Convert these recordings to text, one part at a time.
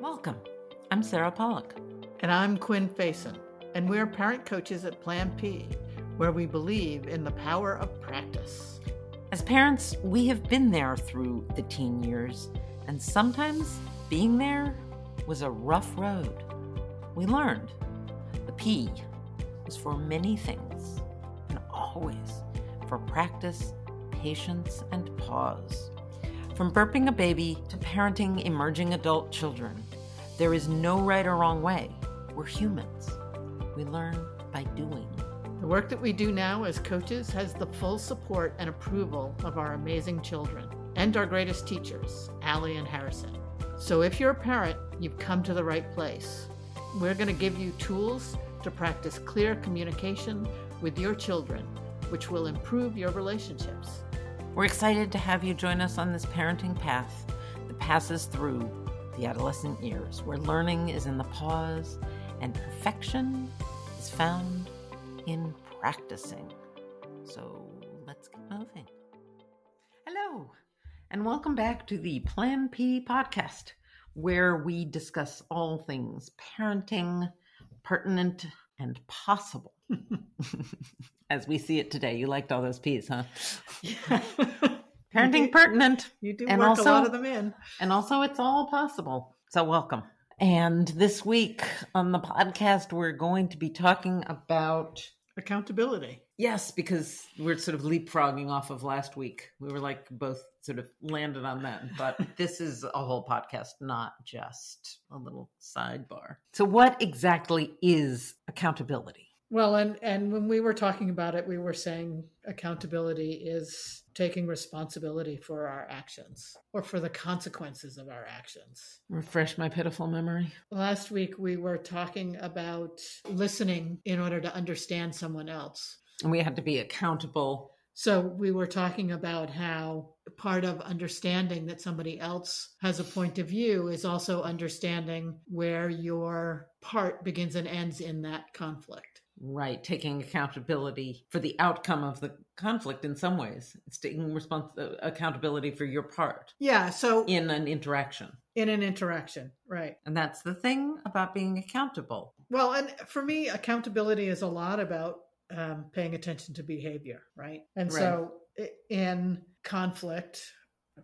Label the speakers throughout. Speaker 1: Welcome. I'm Sarah Pollock.
Speaker 2: And I'm Quinn Faison, and we're parent coaches at Plan P, where we believe in the power of practice.
Speaker 1: As parents, we have been there through the teen years, and sometimes being there was a rough road. We learned the P was for many things, and always for practice, patience, and pause. From burping a baby to parenting emerging adult children, there is no right or wrong way. We're humans. We learn by doing.
Speaker 2: The work that we do now as coaches has the full support and approval of our amazing children and our greatest teachers, Allie and Harrison. So if you're a parent, you've come to the right place. We're going to give you tools to practice clear communication with your children, which will improve your relationships.
Speaker 1: We're excited to have you join us on this parenting path that passes through the adolescent years, where learning is in the pause and perfection is found in practicing. So let's get moving. Hello, and welcome back to the Plan P podcast, where we discuss all things parenting, pertinent, and possible. As we see it today, you liked all those P's, huh? Parenting pertinent.
Speaker 2: You do
Speaker 1: And
Speaker 2: work
Speaker 1: also-
Speaker 2: a lot of them in.
Speaker 1: And also, it's all possible. So, welcome. And this week on the podcast, we're going to be talking about,
Speaker 2: Accountability.
Speaker 1: yes, because we're sort of leapfrogging off of last week. We were like both sort of landed on that, but this is a whole podcast, not just a little sidebar. So, what exactly is accountability?
Speaker 2: Well, and and when we were talking about it, we were saying accountability is taking responsibility for our actions or for the consequences of our actions.
Speaker 1: Refresh my pitiful memory.
Speaker 2: Last week we were talking about listening in order to understand someone else.
Speaker 1: And we had to be accountable.
Speaker 2: So we were talking about how part of understanding that somebody else has a point of view is also understanding where your part begins and ends in that conflict.
Speaker 1: Right, taking accountability for the outcome of the conflict in some ways. It's taking respons- uh, accountability for your part
Speaker 2: Yeah, so
Speaker 1: in an interaction.
Speaker 2: in an interaction, right.
Speaker 1: And that's the thing about being accountable.
Speaker 2: Well, and for me, accountability is a lot about um, paying attention to behavior, right? And so i- in conflict,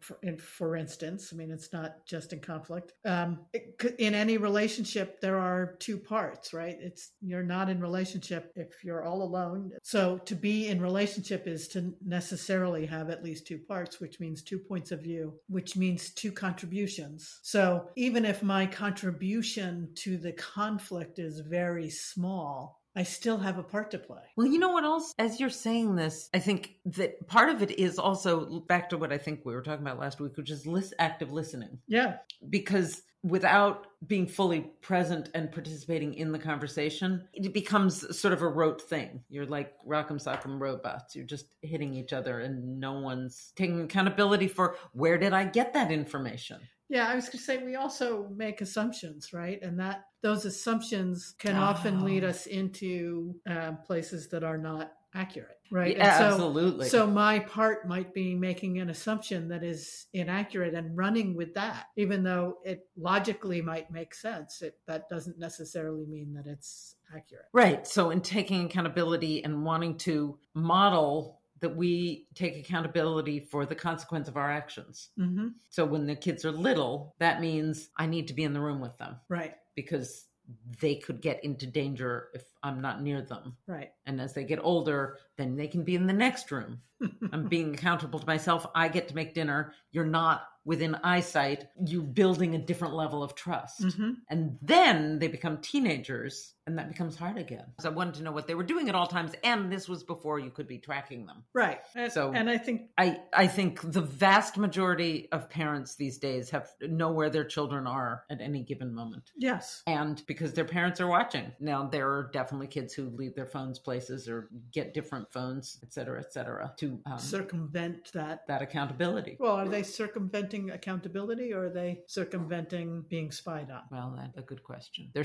Speaker 2: for, in, for instance, I mean, it's not just in conflict. Um, it, could- in any relationship, there are two parts, right? It's you're not in relationship if you're all alone. So to be in relationship is to necessarily have at least two parts, which means two points of view, which means two contributions. So even if my contribution to the conflict is very small, I still have a part to play.
Speaker 1: Well, you know what else? As you're saying this, I think that part of it is also back to what I think we were talking about last week, which is lis- active listening.
Speaker 2: Yeah.
Speaker 1: because without being fully present and participating in the conversation, it becomes sort of a rote thing. You're like rock'em sock'em robots. You're just hitting each other, and no one's taking accountability for where did I get that information?
Speaker 2: Yeah, I was going to say we also make assumptions, right? And that those assumptions can often
Speaker 1: Oh.
Speaker 2: lead us into um, places that are not accurate, right?
Speaker 1: Yeah,
Speaker 2: and so,
Speaker 1: absolutely.
Speaker 2: so my part might be making an assumption that is inaccurate and running with that, even though it logically might make sense. It that doesn't necessarily mean that it's accurate.
Speaker 1: Right. So, in taking accountability and wanting to model that we take accountability for the consequence of our actions.
Speaker 2: Mm-hmm.
Speaker 1: So, when the kids are little, that means I need to be in the room with them.
Speaker 2: Right,
Speaker 1: because they could get into danger if I'm not near them.
Speaker 2: right.
Speaker 1: And as they get older, then they can be in the next room. I'm being accountable to myself. I get to make dinner. You're not within eyesight. You're building a different level of trust.
Speaker 2: hmm
Speaker 1: And then they become teenagers, and that becomes hard again. So I wanted to know what they were doing at all times, and this was before you could be tracking them.
Speaker 2: Right. And,
Speaker 1: So-
Speaker 2: and I think
Speaker 1: I, I think the vast majority of parents these days have know where their children are at any given moment
Speaker 2: yes.
Speaker 1: and because their parents are watching. Now, there are definitely kids who leave their phones places or get different different phones, et cetera, et cetera, to um,
Speaker 2: circumvent that.
Speaker 1: that accountability.
Speaker 2: Well, are they circumventing accountability or are they circumventing being spied on?
Speaker 1: Well, that's a good question. They're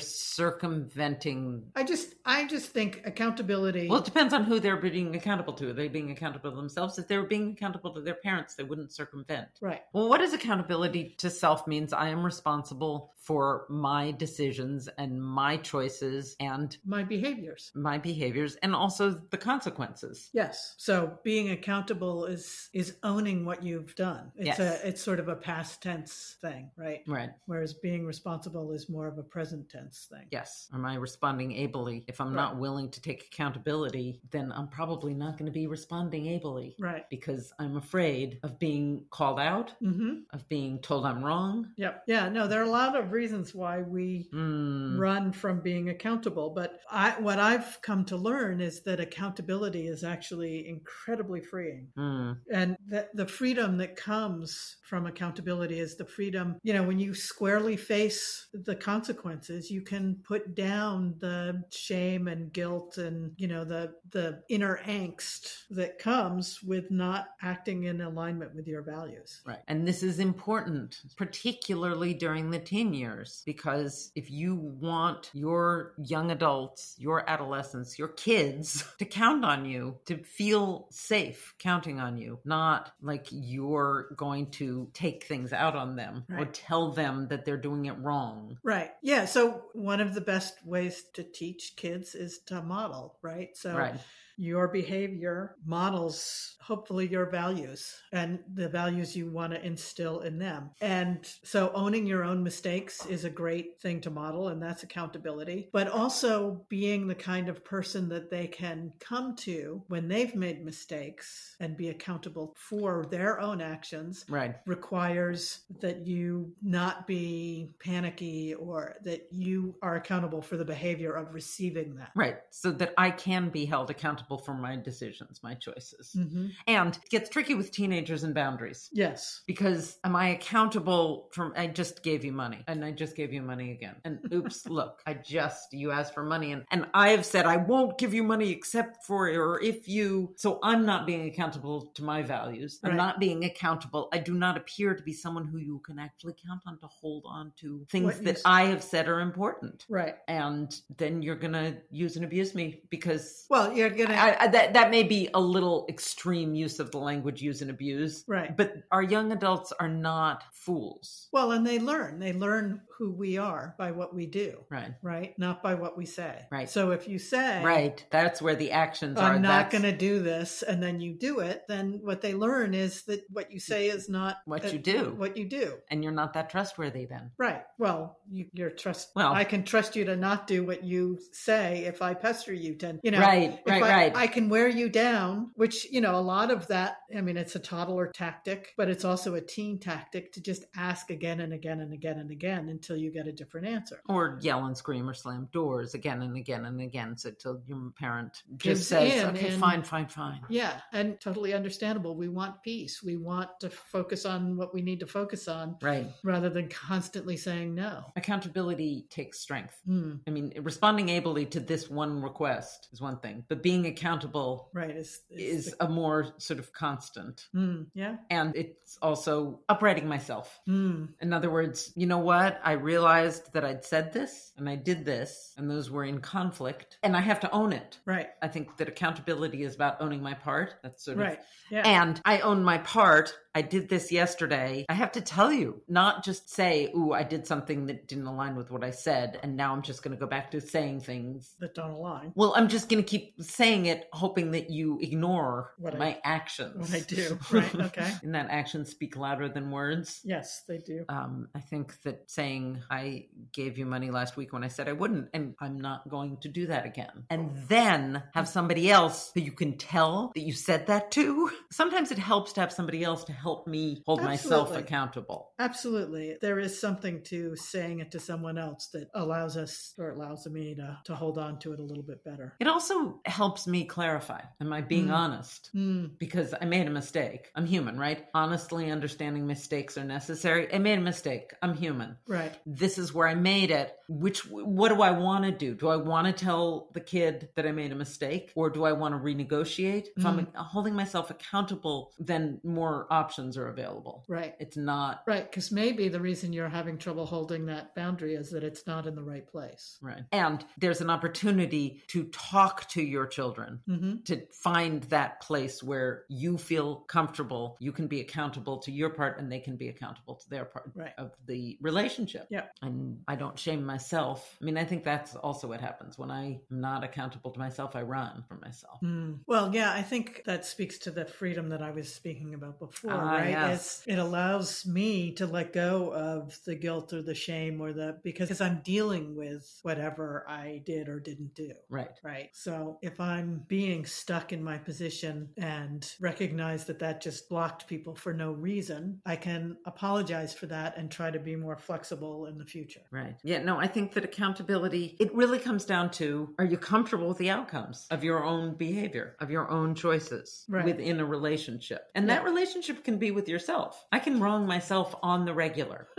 Speaker 1: circumventing.
Speaker 2: I just I just think accountability
Speaker 1: Well, it depends on who they're being accountable to. Are they being accountable to themselves? If they were being accountable to their parents, they wouldn't circumvent.
Speaker 2: right.
Speaker 1: Well, what is accountability to self means I am responsible for my decisions and my choices and
Speaker 2: My behaviors.
Speaker 1: my behaviors and also the consequences.
Speaker 2: Yes. So being accountable is is owning what you've done. It's
Speaker 1: Yes.
Speaker 2: a it's sort of a past tense thing, right?
Speaker 1: Right.
Speaker 2: Whereas being responsible is more of a present tense thing.
Speaker 1: Yes. Am I responding ably? If I'm not willing to take accountability, then I'm probably not going to be responding ably
Speaker 2: Right.
Speaker 1: because I'm afraid of being called out,
Speaker 2: Mm-hmm.
Speaker 1: of being told I'm wrong.
Speaker 2: Yep. Yeah. No, there are a lot of reasons why we
Speaker 1: Mm.
Speaker 2: run from being accountable. But I, what I've come to learn is that accountability is actually incredibly freeing.
Speaker 1: Mm.
Speaker 2: And the, the freedom that comes from accountability is the freedom, you know, when you squarely face the consequences, you can put down the shame and guilt and, you know, the, the inner angst that comes with not acting in alignment with your values.
Speaker 1: Right. And this is important, particularly during the teen years, because if you want your young adults, your adolescents, your kids to count on you, to feel safe counting on you, not like you're going to take things out on them or
Speaker 2: Right.
Speaker 1: tell them that they're doing it wrong.
Speaker 2: Right. Yeah. So one of the best ways to teach kids is to model, right? So
Speaker 1: Right.
Speaker 2: your behavior models hopefully your values and the values you want to instill in them. And so owning your own mistakes is a great thing to model and that's accountability, but also being the kind of person that they can come to when they've made mistakes and be accountable for their own actions
Speaker 1: Right.
Speaker 2: requires that you not be panicky or that you are accountable for the behavior of receiving that.
Speaker 1: Right. So that I can be held accountable for my decisions, my choices.
Speaker 2: Mm-hmm.
Speaker 1: And it gets tricky with teenagers and boundaries.
Speaker 2: Yes.
Speaker 1: because am I accountable for I just gave you money and I just gave you money again. And oops, look, I just you asked for money and and I have said I won't give you money except for or if you so I'm not being accountable to my values. I'm
Speaker 2: Right.
Speaker 1: not being accountable. I do not appear to be someone who you can actually count on to hold on to things
Speaker 2: What you
Speaker 1: that
Speaker 2: s-
Speaker 1: I have said are important.
Speaker 2: Right.
Speaker 1: And then you're going to use and abuse me because
Speaker 2: Well, you're going to.
Speaker 1: I, I, that that may be a little extreme use of the language use and abuse.
Speaker 2: Right.
Speaker 1: But our young adults are not fools.
Speaker 2: Well, and they learn. They learn who we are by what we do,
Speaker 1: Right.
Speaker 2: right? Not by what we say.
Speaker 1: Right.
Speaker 2: So if you say,
Speaker 1: Right. That's where the actions are.
Speaker 2: I'm not
Speaker 1: That's
Speaker 2: going to do this, and then you do it, then what they learn is that what you say is not
Speaker 1: What
Speaker 2: uh,
Speaker 1: you do.
Speaker 2: What you do.
Speaker 1: And you're not that trustworthy then.
Speaker 2: Right. Well, you, you're trust.
Speaker 1: Well-
Speaker 2: I can trust you to not do what you say if I pester you. Ten, you know,
Speaker 1: Right,
Speaker 2: if
Speaker 1: right,
Speaker 2: I,
Speaker 1: right.
Speaker 2: I can wear you down, which you know, a lot of that. I mean, it's a toddler tactic, but it's also a teen tactic to just ask again and again and again and again until you get a different answer.
Speaker 1: Or yell and scream or slam doors again and again and again. So till your parent
Speaker 2: Gives
Speaker 1: just says,
Speaker 2: in
Speaker 1: okay,
Speaker 2: and-
Speaker 1: fine, fine, fine.
Speaker 2: Yeah, and totally understandable. We want peace. We want to focus on what we need to focus on,
Speaker 1: Right.
Speaker 2: rather than constantly saying no.
Speaker 1: Accountability takes strength.
Speaker 2: Hmm.
Speaker 1: I mean, responding ably to this one request is one thing, but being accountable
Speaker 2: Right. Is
Speaker 1: is a more sort of constant.
Speaker 2: Hmm. yeah.
Speaker 1: And it's also uprighting myself.
Speaker 2: Hmm.
Speaker 1: In other words, you know what? I realized that I'd said this and I did this, and those were in conflict, and I have to own it.
Speaker 2: Right.
Speaker 1: I think that accountability is about owning my part. That's sort
Speaker 2: Right.
Speaker 1: of.
Speaker 2: Yeah.
Speaker 1: And I own my part. I did this yesterday. I have to tell you, not just say, ooh, I did something that didn't align with what I said, and now I'm just going to go back to saying things.
Speaker 2: that don't align.
Speaker 1: Well, I'm just going to keep saying it, hoping that you ignore
Speaker 2: What I-
Speaker 1: my actions.
Speaker 2: what I do. Right, okay.
Speaker 1: and that actions speak louder than words.
Speaker 2: Yes, they do.
Speaker 1: Um, I think that saying I gave you money last week when I said I wouldn't, and I'm not going to do that again, and then have somebody else who you can tell that you said that to. Sometimes it helps to have somebody else to help me hold myself
Speaker 2: Absolutely.
Speaker 1: accountable.
Speaker 2: Absolutely. There is something to saying it to someone else that allows us or allows me to, to hold on to it a little bit better.
Speaker 1: It also helps helps me clarify. Am I being
Speaker 2: Mm.
Speaker 1: honest?
Speaker 2: Mm,
Speaker 1: Because I made a mistake. I'm human, right? Honestly understanding mistakes are necessary. I made a mistake. I'm human
Speaker 2: right.
Speaker 1: this is where I made it. Which, what do I want to do? Do I want to tell the kid that I made a mistake or do I want to renegotiate? If I'm holding myself accountable, then more options are available.
Speaker 2: Right.
Speaker 1: It's not
Speaker 2: Right. Because maybe the reason you're having trouble holding that boundary is that it's not in the right place.
Speaker 1: right. And there's an opportunity to talk to your children.
Speaker 2: Mm-hmm.
Speaker 1: To find that place where you feel comfortable, you can be accountable to your part and they can be accountable to their part
Speaker 2: Right.
Speaker 1: of the relationship.
Speaker 2: Yeah.
Speaker 1: and I don't shame myself. I mean, I think that's also what happens when I'm not accountable to myself. I run from myself.
Speaker 2: Mm. Well, yeah, I think that speaks to the freedom that I was speaking about before,
Speaker 1: Ah,
Speaker 2: right?
Speaker 1: yes.
Speaker 2: It's, it allows me to let go of the guilt or the shame or the because I'm dealing with whatever I did or didn't do.
Speaker 1: Right.
Speaker 2: Right. So if I'm being stuck in my position and recognize that that just blocked people for no reason, I can apologize for that and try to be more flexible in the future.
Speaker 1: Right. Yeah. No, I think that accountability, it really comes down to are you comfortable with the outcomes of your own behavior, of your own choices
Speaker 2: Right.
Speaker 1: within a relationship? And that
Speaker 2: Yeah.
Speaker 1: relationship can be with yourself. I can wrong myself on the regular.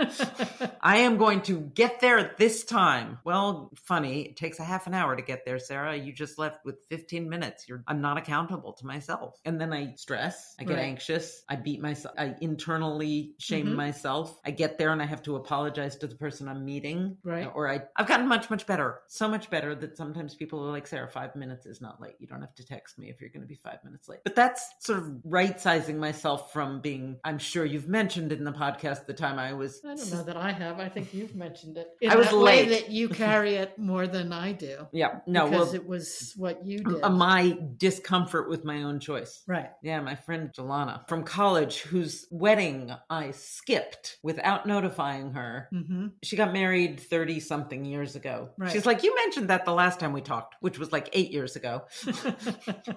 Speaker 1: I am going to get there at this time. Well, funny, it takes a half an hour to get there, Sarah. You just left with 15 minutes. You're I'm not accountable to myself. And then I stress, I get
Speaker 2: Right.
Speaker 1: anxious, I beat myself, I internally shame
Speaker 2: Mhm.
Speaker 1: myself. I get there and I have to apologize to the person I'm meeting.
Speaker 2: Right.
Speaker 1: Or I I've gotten much much better. So much better that sometimes people are like, "Sarah, 5 minutes is not late. You don't have to text me if you're going to be 5 minutes late." But that's sort of right-sizing myself from being I'm sure you've mentioned in the podcast the time I was
Speaker 2: I don't know that I have. I think you've mentioned it. In
Speaker 1: I was
Speaker 2: that way
Speaker 1: late.
Speaker 2: that you carry it more than I do.
Speaker 1: Yeah. No,
Speaker 2: because
Speaker 1: well,
Speaker 2: it was what you
Speaker 1: m-
Speaker 2: did.
Speaker 1: my discomfort with my own choice.
Speaker 2: right.
Speaker 1: Yeah, my friend Jelana from college, whose wedding I skipped without notifying her.
Speaker 2: Mm-hmm.
Speaker 1: She got married 30 something years ago.
Speaker 2: Right.
Speaker 1: She's like, You mentioned that the last time we talked, which was like eight years ago.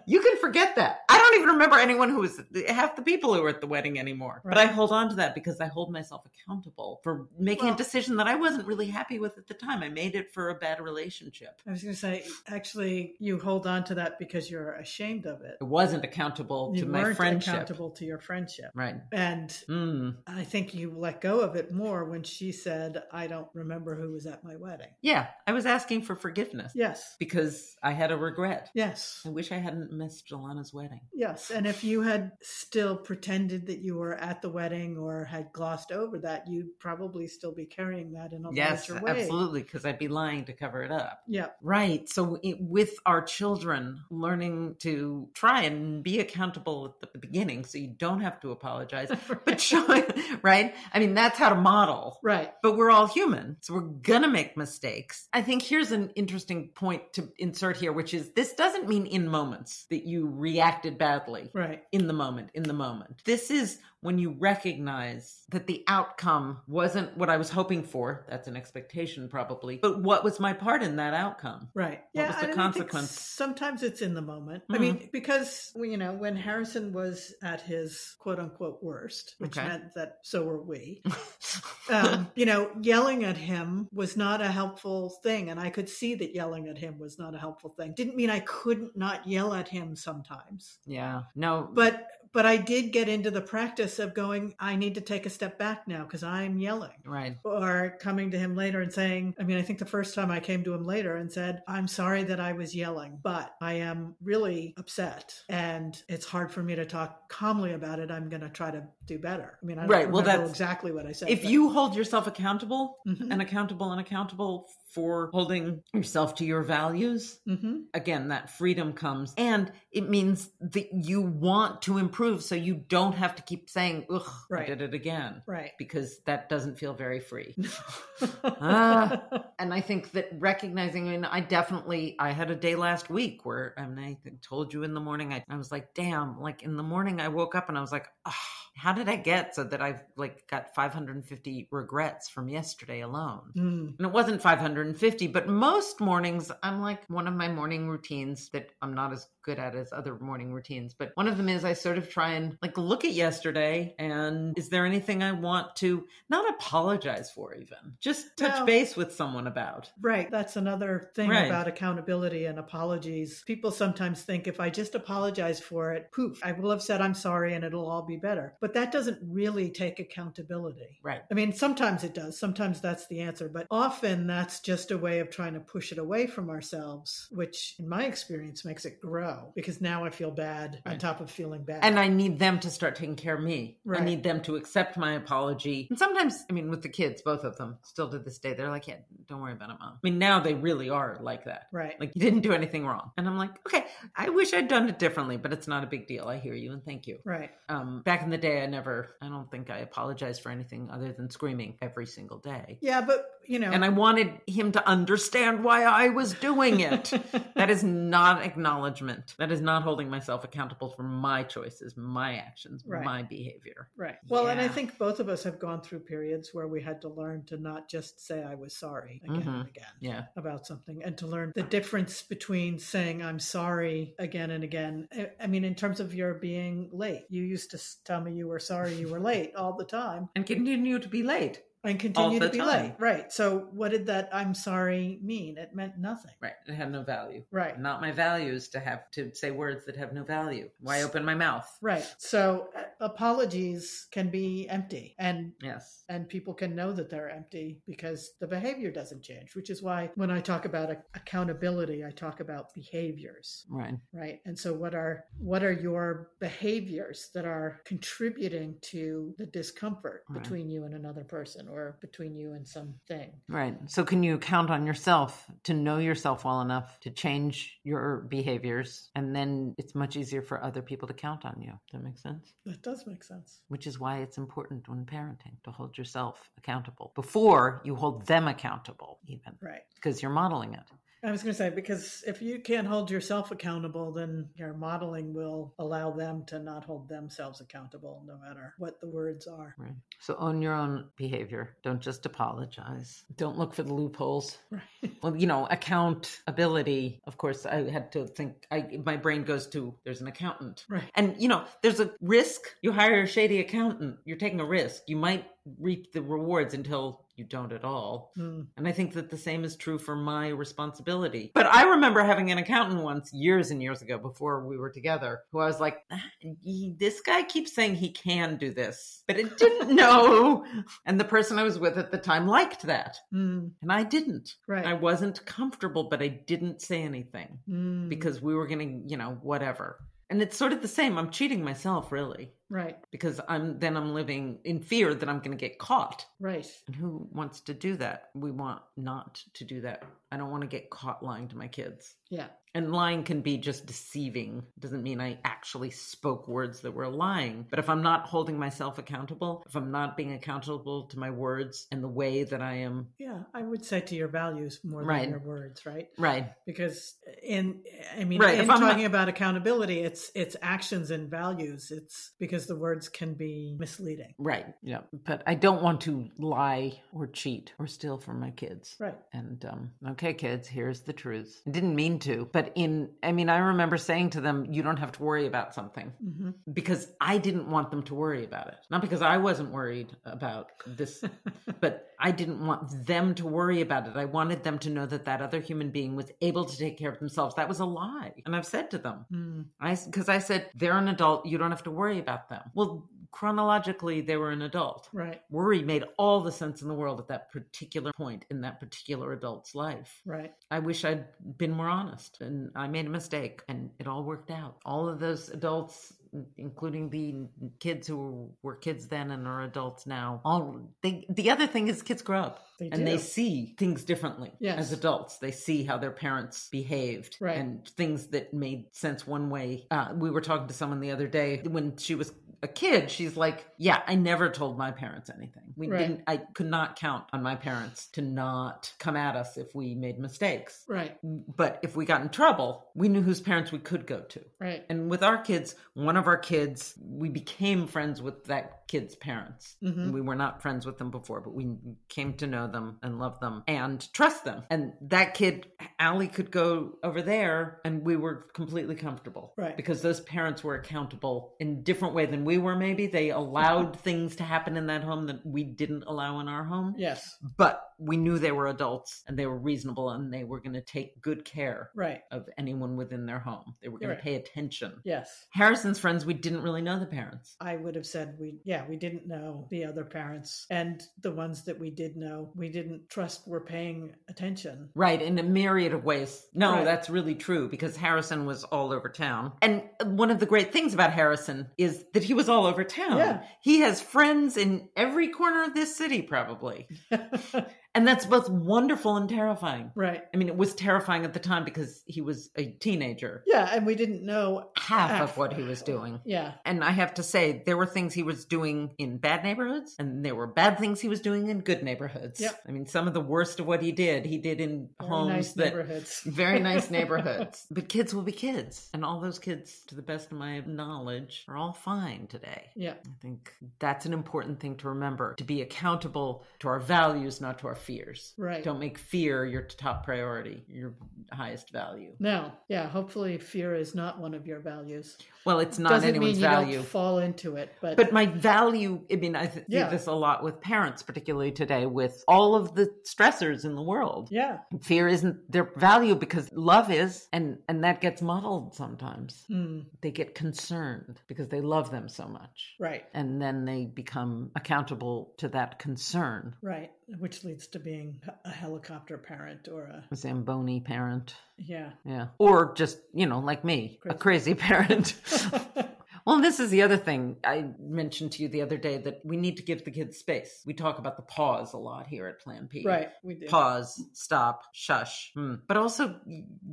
Speaker 1: You can forget that. I don't even remember anyone who was half the people who were at the wedding anymore. But I
Speaker 2: Right.
Speaker 1: hold on to that because I hold myself accountable for making
Speaker 2: Well-
Speaker 1: a decision that I wasn't really happy with at the time. I made it for a bad relationship.
Speaker 2: I was going to say, actually, you hold on to that because you're ashamed of it.
Speaker 1: I wasn't accountable
Speaker 2: You
Speaker 1: to my
Speaker 2: weren't
Speaker 1: friendship.
Speaker 2: accountable to your friendship.
Speaker 1: Right.
Speaker 2: And
Speaker 1: Mm.
Speaker 2: I think you let go of it more when she said, I don't remember who was at my wedding.
Speaker 1: Yeah, I was asking for forgiveness
Speaker 2: Yes.
Speaker 1: because I had a regret.
Speaker 2: Yes.
Speaker 1: I wish I hadn't missed Jelana's wedding.
Speaker 2: Yes. And if you had still pretended that you were at the wedding or had glossed over that, you'd probably still be carrying that in a
Speaker 1: Yes,
Speaker 2: larger way.
Speaker 1: absolutely, because I'd be lying to cover it up.
Speaker 2: Yeah.
Speaker 1: Right. So, it, with our children, learning to try and be accountable at the beginning so you don't have to apologize, but show it, right? I mean, that's how to model.
Speaker 2: right.
Speaker 1: but we're all human. So we're going to make mistakes. I think here's an interesting point to insert here, which is this doesn't mean in moments that you reacted badly
Speaker 2: Right.
Speaker 1: in the moment, in the moment. This is when you recognize that the outcome wasn't what I was hoping for. That's an expectation, probably, but what was my part in that outcome?
Speaker 2: Right.
Speaker 1: What was the
Speaker 2: I think
Speaker 1: consequence? Mm-hmm.
Speaker 2: sometimes it's in the moment. I mean, because well, you know, when Harrison was at his quote unquote worst, which
Speaker 1: Okay.
Speaker 2: meant that so were we. Um, you know, yelling at him was not a helpful thing, and I could see that yelling at him was not a helpful thing. Didn't mean I couldn't not yell at him sometimes,
Speaker 1: yeah. No,
Speaker 2: but but I did get into the practice of going. I need to take a step back now because I'm yelling
Speaker 1: right.
Speaker 2: or coming to him later and saying, I mean, I think the first time I came to him later and said, I'm sorry that I was yelling, but I am really upset and it's hard for me to talk calmly about it. I'm going to try to do better. I mean, I don't
Speaker 1: Right, well,
Speaker 2: remember
Speaker 1: that's-
Speaker 2: exactly what I said.
Speaker 1: If
Speaker 2: but-
Speaker 1: you hold yourself accountable
Speaker 2: Mhm,
Speaker 1: and accountable and accountable for holding yourself to your values,
Speaker 2: mhm,
Speaker 1: again that freedom comes and it means that you want to improve so you don't have to keep saying ugh i
Speaker 2: Right.
Speaker 1: did it again
Speaker 2: right.
Speaker 1: because that doesn't feel very free Ah. and i think that recognizing and i definitely i had a day last week where I, mean, I told you in the morning I, I was like damn like in the morning i woke up and i was like "Ugh, how did I get so that I've like got 550 regrets from yesterday alone?
Speaker 2: Mm,
Speaker 1: And it wasn't 550, but most mornings I'm like one of my morning routines that I'm not as good at as other morning routines, but one of them is I sort of try and like look at yesterday and is there anything I want to not apologize for even just touch
Speaker 2: No.
Speaker 1: base with someone about.
Speaker 2: right. That's another thing
Speaker 1: Right.
Speaker 2: about accountability and apologies. People sometimes think if I just apologize for it, poof, I will have said I'm sorry and it'll all be better. But that doesn't really take accountability.
Speaker 1: Right.
Speaker 2: I mean, sometimes it does. Sometimes that's the answer, but often that's just a way of trying to push it away from ourselves, which in my experience makes it grow because now I feel bad on
Speaker 1: Right.
Speaker 2: top of feeling bad.
Speaker 1: And I need them to start taking care of me.
Speaker 2: Right.
Speaker 1: I need them to accept my apology. And sometimes, I mean, with the kids, both of them still to this day, they're like, yeah, don't worry about it, mom. I mean, now they really are like that.
Speaker 2: right.
Speaker 1: Like, you didn't do anything wrong. And I'm like, okay, I wish I'd done it differently, but it's not a big deal. I hear you and thank you.
Speaker 2: right.
Speaker 1: Um, back in the day, I never, I don't think I apologized for anything other than screaming every single day.
Speaker 2: Yeah, but you know,
Speaker 1: And I wanted him to understand why I was doing it. That is not acknowledgement. That is not holding myself accountable for my choices, my actions,
Speaker 2: Right.
Speaker 1: my behavior.
Speaker 2: Right. Well, and I
Speaker 1: Yeah.
Speaker 2: think both of us have gone through periods where we had to learn to not just say I was sorry again and
Speaker 1: Mhm.
Speaker 2: again
Speaker 1: Yeah.
Speaker 2: about something and to learn the difference between saying I'm sorry again and again. I- I mean, in terms of your being late, you used to s- tell me you were sorry you were late all the time
Speaker 1: And continue to be late.
Speaker 2: and continue
Speaker 1: the
Speaker 2: to be
Speaker 1: time.
Speaker 2: late. Right. So, what did that I'm sorry mean? It meant nothing.
Speaker 1: Right. It had no value.
Speaker 2: Right.
Speaker 1: Not my values to have to say words that have no value. Why open my mouth?
Speaker 2: Right. So, uh, apologies can be empty and
Speaker 1: Yes.
Speaker 2: and people can know that they're empty because the behavior doesn't change which is why when i talk about ac- accountability i talk about behaviors
Speaker 1: Right.
Speaker 2: right and so what are what are your behaviors that are contributing to the discomfort
Speaker 1: Right.
Speaker 2: between you and another person or between you and something
Speaker 1: Right. So, can you count on yourself to know yourself well enough to change your behaviors? And then it's much easier for other people to count on you. That makes sense?
Speaker 2: that does make sense
Speaker 1: Which is why it's important when parenting to hold yourself accountable before you hold them accountable, even
Speaker 2: right
Speaker 1: because you're modeling it.
Speaker 2: i was going to say because if you can't hold yourself accountable then your modeling will allow them to not hold themselves accountable no matter what the words are
Speaker 1: Right. So, own your own behavior. Don't just apologize. Don't look for the loopholes.
Speaker 2: right
Speaker 1: well you know accountability of course i had to think i my brain goes to there's an accountant
Speaker 2: right
Speaker 1: and you know there's a risk you hire a shady accountant you're taking a risk you might reap the rewards until you don't at all
Speaker 2: Mm.
Speaker 1: and i think that the same is true for my responsibility but i remember having an accountant once years and years ago before we were together who i was like "Ah, he- this guy keeps saying he can do this but it didn't know and the person i was with at the time liked that
Speaker 2: Mm.
Speaker 1: and i didn't
Speaker 2: right
Speaker 1: I wasn't comfortable, but I didn't say anything
Speaker 2: Mm,
Speaker 1: because we were going to, you know, whatever. And it's sort of the same. I'm cheating myself, really,
Speaker 2: right,
Speaker 1: because I'm then I'm living in fear that I'm going to get caught.
Speaker 2: right,
Speaker 1: And who wants to do that? We want not to do that. I don't want to get caught lying to my kids.
Speaker 2: yeah,
Speaker 1: And lying can be just deceiving. Doesn't mean I actually spoke words that were lying. But if I'm not holding myself accountable, if I'm not being accountable to my words and the way that I am,
Speaker 2: yeah. I would say to your values more
Speaker 1: Right.
Speaker 2: than your words, right?
Speaker 1: right,
Speaker 2: Because in, I mean,
Speaker 1: Right,
Speaker 2: in
Speaker 1: if I'm
Speaker 2: talking about accountability, it's it's actions and values. It's because the words can be misleading,
Speaker 1: Right. Yeah. But I don't want to lie or cheat or steal from my kids.
Speaker 2: right?
Speaker 1: And um, okay, kids, here's the truth. I didn't mean to, but in, I mean, I remember saying to them, you don't have to worry about something
Speaker 2: hmm
Speaker 1: because I didn't want them to worry about it. Not because I wasn't worried about this, but I didn't want them to worry about it. I wanted them to know that that other human being was able to take care of themselves. That was a lie. And I've said to them,
Speaker 2: Mm,
Speaker 1: I because I said they're an adult, you don't have to worry about them. Well, chronologically, they were an adult.
Speaker 2: right,
Speaker 1: Worry made all the sense in the world at that particular point in that particular adult's life.
Speaker 2: right,
Speaker 1: I wish I'd been more honest, and I made a mistake, and it all worked out. All of those adults, including the kids who were kids then and are adults now, all they, the other thing is kids grow up
Speaker 2: They
Speaker 1: and they
Speaker 2: do.
Speaker 1: see things differently
Speaker 2: Yes.
Speaker 1: as adults. They see how their parents behaved
Speaker 2: Right.
Speaker 1: and things that made sense one way. Uh, we were talking to someone the other day when she was a kid, she's like, yeah, I never told my parents anything. We
Speaker 2: Right.
Speaker 1: didn't, I could not count on my parents to not come at us if we made mistakes.
Speaker 2: Right.
Speaker 1: But if we got in trouble, we knew whose parents we could go to.
Speaker 2: Right.
Speaker 1: And with our kids, one of our kids, we became friends with that kid's parents.
Speaker 2: Mhm.
Speaker 1: We were not friends with them before, but we came to know them and love them and trust them. And that kid, Allie, could go over there and we were completely comfortable.
Speaker 2: Right.
Speaker 1: Because those parents were accountable in a different way than we were, maybe. They allowed things to happen in that home that we didn't allow in our home.
Speaker 2: Yes.
Speaker 1: But we knew they were adults and they were reasonable and they were going to take good care
Speaker 2: Right.
Speaker 1: of anyone within their home. They were going
Speaker 2: Right.
Speaker 1: to pay attention.
Speaker 2: Yes.
Speaker 1: Harrison's friends, we didn't really know the parents.
Speaker 2: I would have said we yeah, we didn't know the other parents and the ones that we did know, we didn't trust were paying attention.
Speaker 1: Right, in a myriad of ways. No,
Speaker 2: Right.
Speaker 1: that's really true because Harrison was all over town. And one of the great things about Harrison is that he was all over town.
Speaker 2: Yeah.
Speaker 1: He has friends in every corner of this city, probably. And that's both wonderful and terrifying.
Speaker 2: right.
Speaker 1: I mean, it was terrifying at the time because he was a teenager,
Speaker 2: Yeah, and we didn't know
Speaker 1: half
Speaker 2: Half.
Speaker 1: of what he was doing.
Speaker 2: yeah,
Speaker 1: And I have to say, there were things he was doing in bad neighborhoods, and there were bad things he was doing in good neighborhoods.
Speaker 2: Yep.
Speaker 1: I mean, some of the worst of what he did, he did in
Speaker 2: very
Speaker 1: homes
Speaker 2: nice
Speaker 1: that.
Speaker 2: neighborhoods.
Speaker 1: Very nice neighborhoods. But kids will be kids. And all those kids, to the best of my knowledge, are all fine today.
Speaker 2: Yeah.
Speaker 1: I think that's an important thing to remember to be accountable to our values, not to our fears.
Speaker 2: Right.
Speaker 1: Don't make fear your top priority, your highest value.
Speaker 2: No. Yeah, hopefully fear is not one of your values.
Speaker 1: Well, it's not
Speaker 2: Doesn't
Speaker 1: anyone's
Speaker 2: mean you
Speaker 1: value.
Speaker 2: don't fall into it, but,
Speaker 1: But my value, I mean, I th-
Speaker 2: Yeah.
Speaker 1: see this a lot with parents, particularly today, with all of the stressors in the world.
Speaker 2: yeah.
Speaker 1: Fear isn't their value because love is, and and that gets muddled sometimes.
Speaker 2: Mm,
Speaker 1: They get concerned because they love them so much,
Speaker 2: right.
Speaker 1: and then they become accountable to that concern.
Speaker 2: Right, which leads to being a helicopter parent or a
Speaker 1: A Zamboni parent,
Speaker 2: yeah.
Speaker 1: yeah, or just you know, like me, a crazy parent. Well, this is the other thing I mentioned to you the other day that we need to give the kids space. We talk about the pause a lot here at Plan P.
Speaker 2: right, we do.
Speaker 1: Pause, stop, shush. Hmm. But also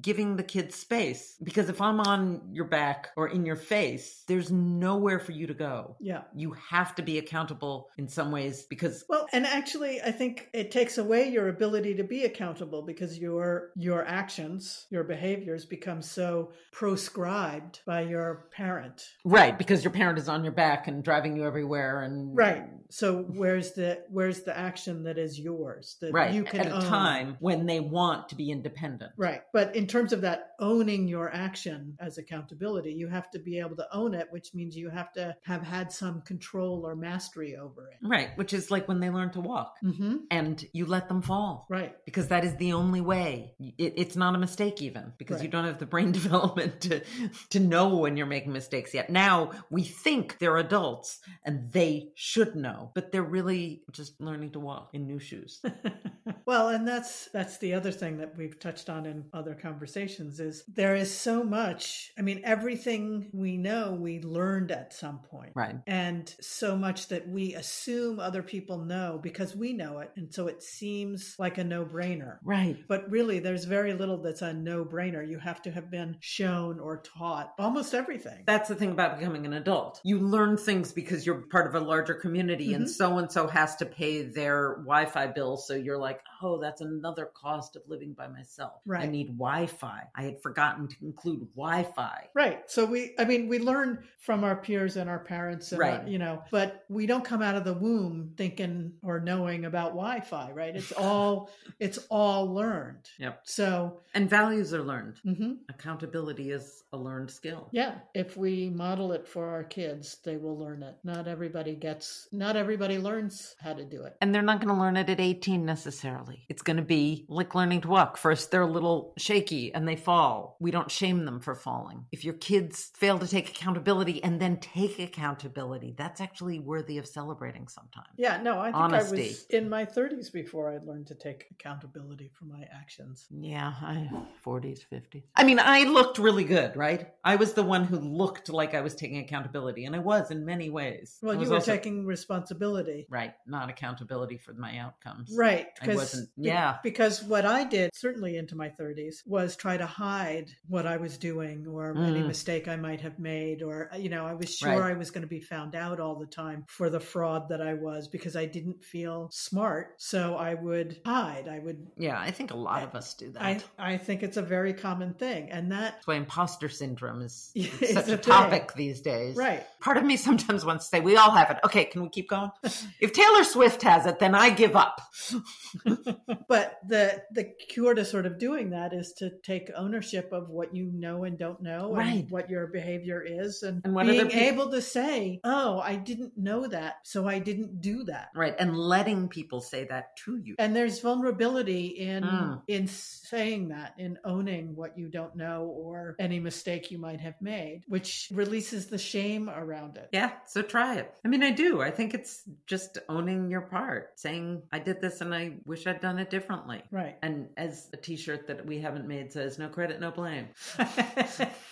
Speaker 1: giving the kids space because if I'm on your back or in your face, there's nowhere for you to go.
Speaker 2: Yeah.
Speaker 1: You have to be accountable in some ways because
Speaker 2: Well, and actually, I think it takes away your ability to be accountable because your your actions, your behaviors become so proscribed by your parent.
Speaker 1: right because your parent is on your back and driving you everywhere and
Speaker 2: Right. So where's the where's the action that is yours that
Speaker 1: right
Speaker 2: you can uh,
Speaker 1: at a
Speaker 2: own?
Speaker 1: time when they want to be independent
Speaker 2: Right. But in terms of that owning your action as accountability, you have to be able to own it, which means you have to have had some control or mastery over it.
Speaker 1: right which is like when they learn to walk
Speaker 2: Mm-hmm.
Speaker 1: and you let them fall
Speaker 2: Right.
Speaker 1: because that is the only way it, it's not a mistake even because you
Speaker 2: Right.
Speaker 1: don't have the brain development to to know when you're making mistakes yet now we think they're adults and they should know but they're really just learning to walk in new shoes
Speaker 2: well and that's that's the other thing that we've touched on in other conversations is there is so much i mean everything we know we learned at some point
Speaker 1: right
Speaker 2: and so much that we assume other people know because we know it and so it seems like a no-brainer
Speaker 1: right
Speaker 2: but really there's very little that's a no-brainer you have to have been shown or taught almost everything
Speaker 1: that's the thing about becoming an adult. You learn things because you're part of a larger community,
Speaker 2: Mm-hmm.
Speaker 1: and so and so has to pay their Wi Fi bill. So you're like, oh, that's another cost of living by myself. I
Speaker 2: Right.
Speaker 1: need Wi Fi. I had forgotten to include Wi Fi.
Speaker 2: Right. So we, I mean, we learn from our peers and our parents, and
Speaker 1: Right.
Speaker 2: our- you know, but we don't come out of the womb thinking or knowing about Wi-Fi, right? It's all, it's all learned.
Speaker 1: Yep.
Speaker 2: So,
Speaker 1: And values are learned.
Speaker 2: mhm.
Speaker 1: Accountability is a learned skill.
Speaker 2: yeah, if we model it for our kids, they will learn it. Not everybody gets, not everybody learns how to do it.
Speaker 1: And they're not going to learn it at 18 necessarily. It's going to be like learning to walk. First, they're a little shaky and they fall. We don't shame them for falling. If your kids fail to take accountability and then take accountability, that's actually worthy of celebrating sometimes.
Speaker 2: Yeah, no, I think I was
Speaker 1: Honesty.
Speaker 2: in my 30s before I learned to take accountability for my actions.
Speaker 1: Yeah, I 40s, 50s. I mean, I looked really good, right? I was the one who looked like I was taking accountability, and I was in many ways.
Speaker 2: Well,
Speaker 1: I
Speaker 2: you
Speaker 1: was
Speaker 2: were
Speaker 1: also-
Speaker 2: taking responsibility.
Speaker 1: Right. Not accountability for my outcomes.
Speaker 2: Right.
Speaker 1: I wasn't. Yeah.
Speaker 2: Because what I did, certainly into my 30s, was try to hide what I was doing or any
Speaker 1: Mm.
Speaker 2: mistake I might have made. Or, you know, I was sure
Speaker 1: Right.
Speaker 2: I was going to be found out all the time for the fraud that I was because I didn't feel smart. So I would hide. I would.
Speaker 1: Yeah. I think a lot of us do that.
Speaker 2: I, I think it's a very common thing. And that,
Speaker 1: That's why imposter syndrome is
Speaker 2: Yeah,
Speaker 1: it's
Speaker 2: it's
Speaker 1: such
Speaker 2: a
Speaker 1: a
Speaker 2: thing.
Speaker 1: topic these days.
Speaker 2: right.
Speaker 1: Part of me sometimes wants to say, we all have it. Okay, can we keep going? If Taylor Swift has it, then I give up.
Speaker 2: but the the cure to sort of doing that is to take ownership of what you know and don't know
Speaker 1: Right.
Speaker 2: and what your behavior is and,
Speaker 1: And what other
Speaker 2: being
Speaker 1: peop-
Speaker 2: able to say oh i didn't know that so i didn't do that
Speaker 1: Right. And letting people say that to you.
Speaker 2: and there's vulnerability in
Speaker 1: Mm.
Speaker 2: in saying that in owning what you don't know or any mistake you might have made which releases the shame around it
Speaker 1: Yeah, so try it. I mean, I do. I think it's just owning your part, saying, I did this and I wish I'd done it differently.
Speaker 2: right
Speaker 1: And as a t shirt that we haven't made says, no credit, no blame.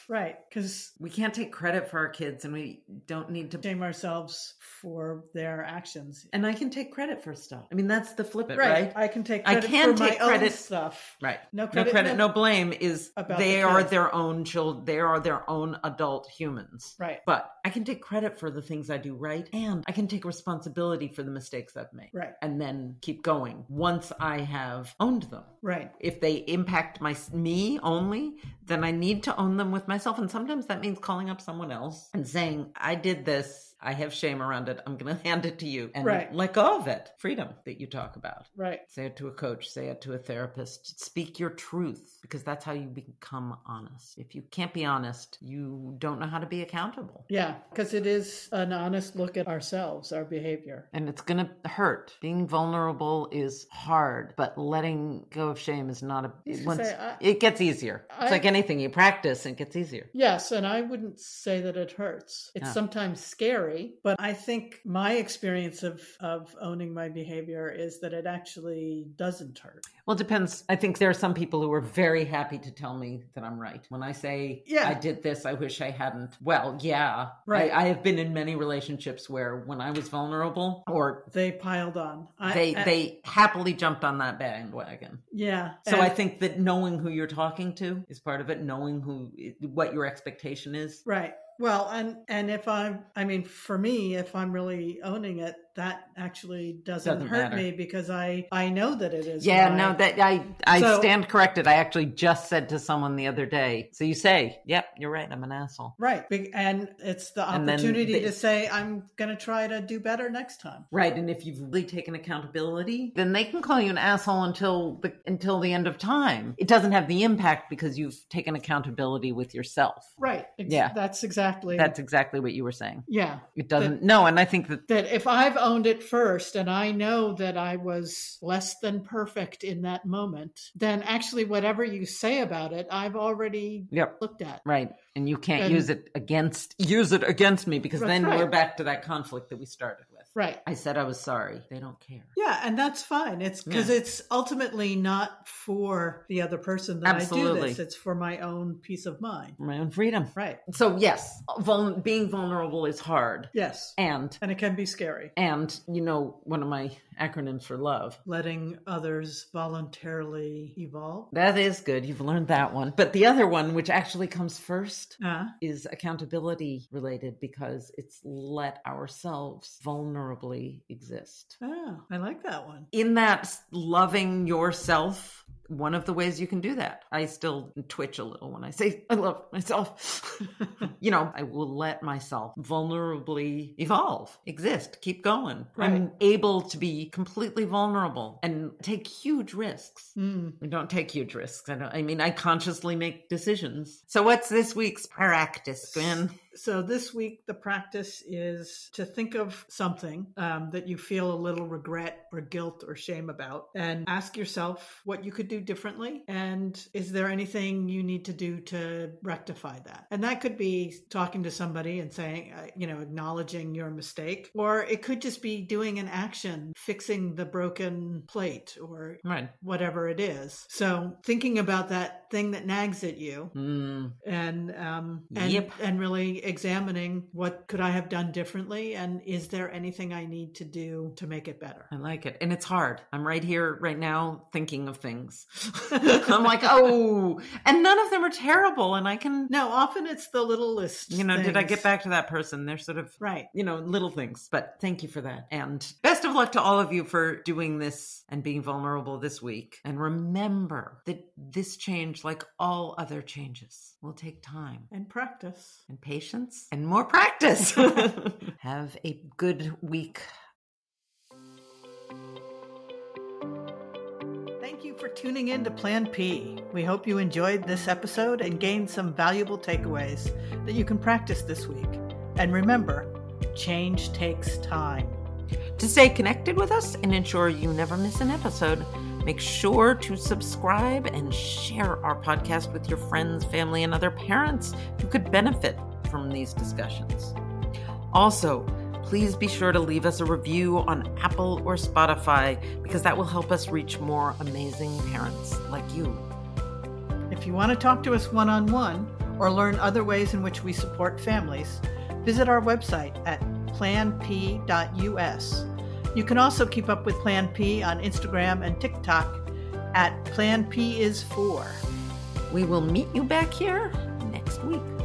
Speaker 2: right because
Speaker 1: we can't take credit for our kids and we don't need to.
Speaker 2: shame ourselves for their actions
Speaker 1: And I can take credit for stuff. I mean, that's the flip it,
Speaker 2: right.
Speaker 1: right?
Speaker 2: I can take
Speaker 1: I
Speaker 2: credit
Speaker 1: can
Speaker 2: for
Speaker 1: take
Speaker 2: my
Speaker 1: credit.
Speaker 2: own stuff.
Speaker 1: Right.
Speaker 2: No
Speaker 1: No
Speaker 2: credit.
Speaker 1: credit, no blame is
Speaker 2: About
Speaker 1: they
Speaker 2: the
Speaker 1: are
Speaker 2: kids.
Speaker 1: their own child. They are their own adult humans.
Speaker 2: Right.
Speaker 1: But I can take credit for the things I do right, and I can take responsibility for the mistakes I've made.
Speaker 2: Right.
Speaker 1: and then keep going once I have owned them.
Speaker 2: Right.
Speaker 1: If they impact my me only, then I need to own them with myself, and sometimes that means calling up someone else and saying, "I did this. I have shame around it. I'm going to hand it to you and
Speaker 2: Right.
Speaker 1: let go of it." Freedom that you talk about.
Speaker 2: Right.
Speaker 1: Say it to a coach, say it to a therapist. Speak your truth because that's how you become honest. If you can't be honest, you don't know how to be accountable.
Speaker 2: Yeah. Because it is an honest look at ourselves, our behavior.
Speaker 1: And it's going to hurt. Being vulnerable is hard, but letting go of shame is not a.
Speaker 2: You should
Speaker 1: once,
Speaker 2: say, I-
Speaker 1: it gets easier. it's
Speaker 2: I-
Speaker 1: like anything you practice, it gets easier.
Speaker 2: Yes, and I wouldn't say that it hurts. It's
Speaker 1: No.
Speaker 2: sometimes scary, but I think my experience of of owning my behavior is that it actually doesn't hurt.
Speaker 1: Well, it depends. I think there are some people who are very happy to tell me that I'm right. When I say,
Speaker 2: Yeah.
Speaker 1: I did this, I wish I hadn't. Well, yeah.
Speaker 2: Right.
Speaker 1: I, I have been in many relationships where when I was vulnerable or
Speaker 2: They piled on. I,
Speaker 1: they
Speaker 2: I-
Speaker 1: they happily jumped on that bandwagon.
Speaker 2: yeah.
Speaker 1: So
Speaker 2: and-
Speaker 1: I think that knowing who you're talking to is part of it. Knowing who what your expectation is.
Speaker 2: Right. Well, and and if I'm, I mean, for me, if I'm really owning it, that actually doesn't,
Speaker 1: Doesn't
Speaker 2: hurt
Speaker 1: matter.
Speaker 2: me because I I know that it is.
Speaker 1: Yeah,
Speaker 2: mine.
Speaker 1: no, that I I
Speaker 2: So-
Speaker 1: stand corrected. I actually just said to someone the other day. So you say, "Yep, you're right. I'm an asshole."
Speaker 2: right. Be- And it's the
Speaker 1: And then
Speaker 2: opportunity
Speaker 1: they-
Speaker 2: to say I'm going to try to do better next time.
Speaker 1: Right, and if you've really taken accountability, then they can call you an asshole until the until the end of time. It doesn't have the impact because you've taken accountability with yourself.
Speaker 2: Right. Ex-
Speaker 1: Yeah.
Speaker 2: That's exactly.
Speaker 1: That's exactly what you were saying.
Speaker 2: yeah.
Speaker 1: It doesn't. No, and I think that
Speaker 2: That if I've owned it first and I know that I was less than perfect in that moment, then actually whatever you say about it, I've already
Speaker 1: yep,
Speaker 2: looked at.
Speaker 1: Right. And you can't
Speaker 2: And-
Speaker 1: use it against use it against me because
Speaker 2: That's
Speaker 1: then
Speaker 2: right.
Speaker 1: we're back to that conflict that we started with.
Speaker 2: Right.
Speaker 1: I said I was sorry. They don't care.
Speaker 2: Yeah, and that's fine. It's because it's ultimately not for the other person that I do
Speaker 1: Absolutely.
Speaker 2: this. It's for my own peace of mind.
Speaker 1: My own freedom.
Speaker 2: Right.
Speaker 1: So yes, vul- being vulnerable is hard.
Speaker 2: Yes.
Speaker 1: And
Speaker 2: And it can be scary.
Speaker 1: and you know one of my acronyms for love.
Speaker 2: Letting others voluntarily evolve.
Speaker 1: That is good. You've learned that one. But the other one which actually comes first
Speaker 2: Uh,
Speaker 1: is accountability related because it's let ourselves vulnerably exist.
Speaker 2: oh, I like that one.
Speaker 1: in that loving yourself one of the ways you can do that i still twitch a little when i say i love myself you know i will let myself vulnerably evolve exist keep going i'm
Speaker 2: Right.
Speaker 1: able to be completely vulnerable and take huge risks
Speaker 2: Mm.
Speaker 1: I don't take huge risks. I don't. I mean, I consciously make decisions. So, what's this week's practice, Gwen?
Speaker 2: So this week, the practice is to think of something um, that you feel a little regret or guilt or shame about and ask yourself what you could do do differently? And is there anything you need to do to rectify that? And that could be talking to somebody and saying, uh, you know, acknowledging your mistake, or it could just be doing an action, fixing the broken plate or
Speaker 1: Right.
Speaker 2: whatever it is. So thinking about that thing that nags at you
Speaker 1: Mm,
Speaker 2: and um and,
Speaker 1: Yep.
Speaker 2: and really examining what could I have done differently and is there anything I need to do to make it better?
Speaker 1: I like it. And it's hard. I'm right here, right now, thinking of things. I'm like, oh, and none of them are terrible. And I can,
Speaker 2: No, often it's the little list.
Speaker 1: you know, did I get
Speaker 2: things.
Speaker 1: back to that person? They're sort of
Speaker 2: Right.
Speaker 1: you know, little things. But thank you for that. And best of luck to all of you for doing this and being vulnerable this week. And remember that this change, like all other changes, will take time
Speaker 2: And practice.
Speaker 1: and patience and more practice. Have a good week.
Speaker 2: Thank you for tuning in to Plan P. We hope you enjoyed this episode and gained some valuable takeaways that you can practice this week. And remember, change takes time.
Speaker 1: To stay connected with us and ensure you never miss an episode, make sure to subscribe and share our podcast with your friends, family, and other parents who could benefit from these discussions. Also, please be sure to leave us a review on Apple or Spotify because that will help us reach more amazing parents like you.
Speaker 2: If you want to talk to us one on one or learn other ways in which we support families, visit our website at planp.us. You can also keep up with Plan P on Instagram and TikTok at Plan P is 4.
Speaker 1: We will meet you back here next week.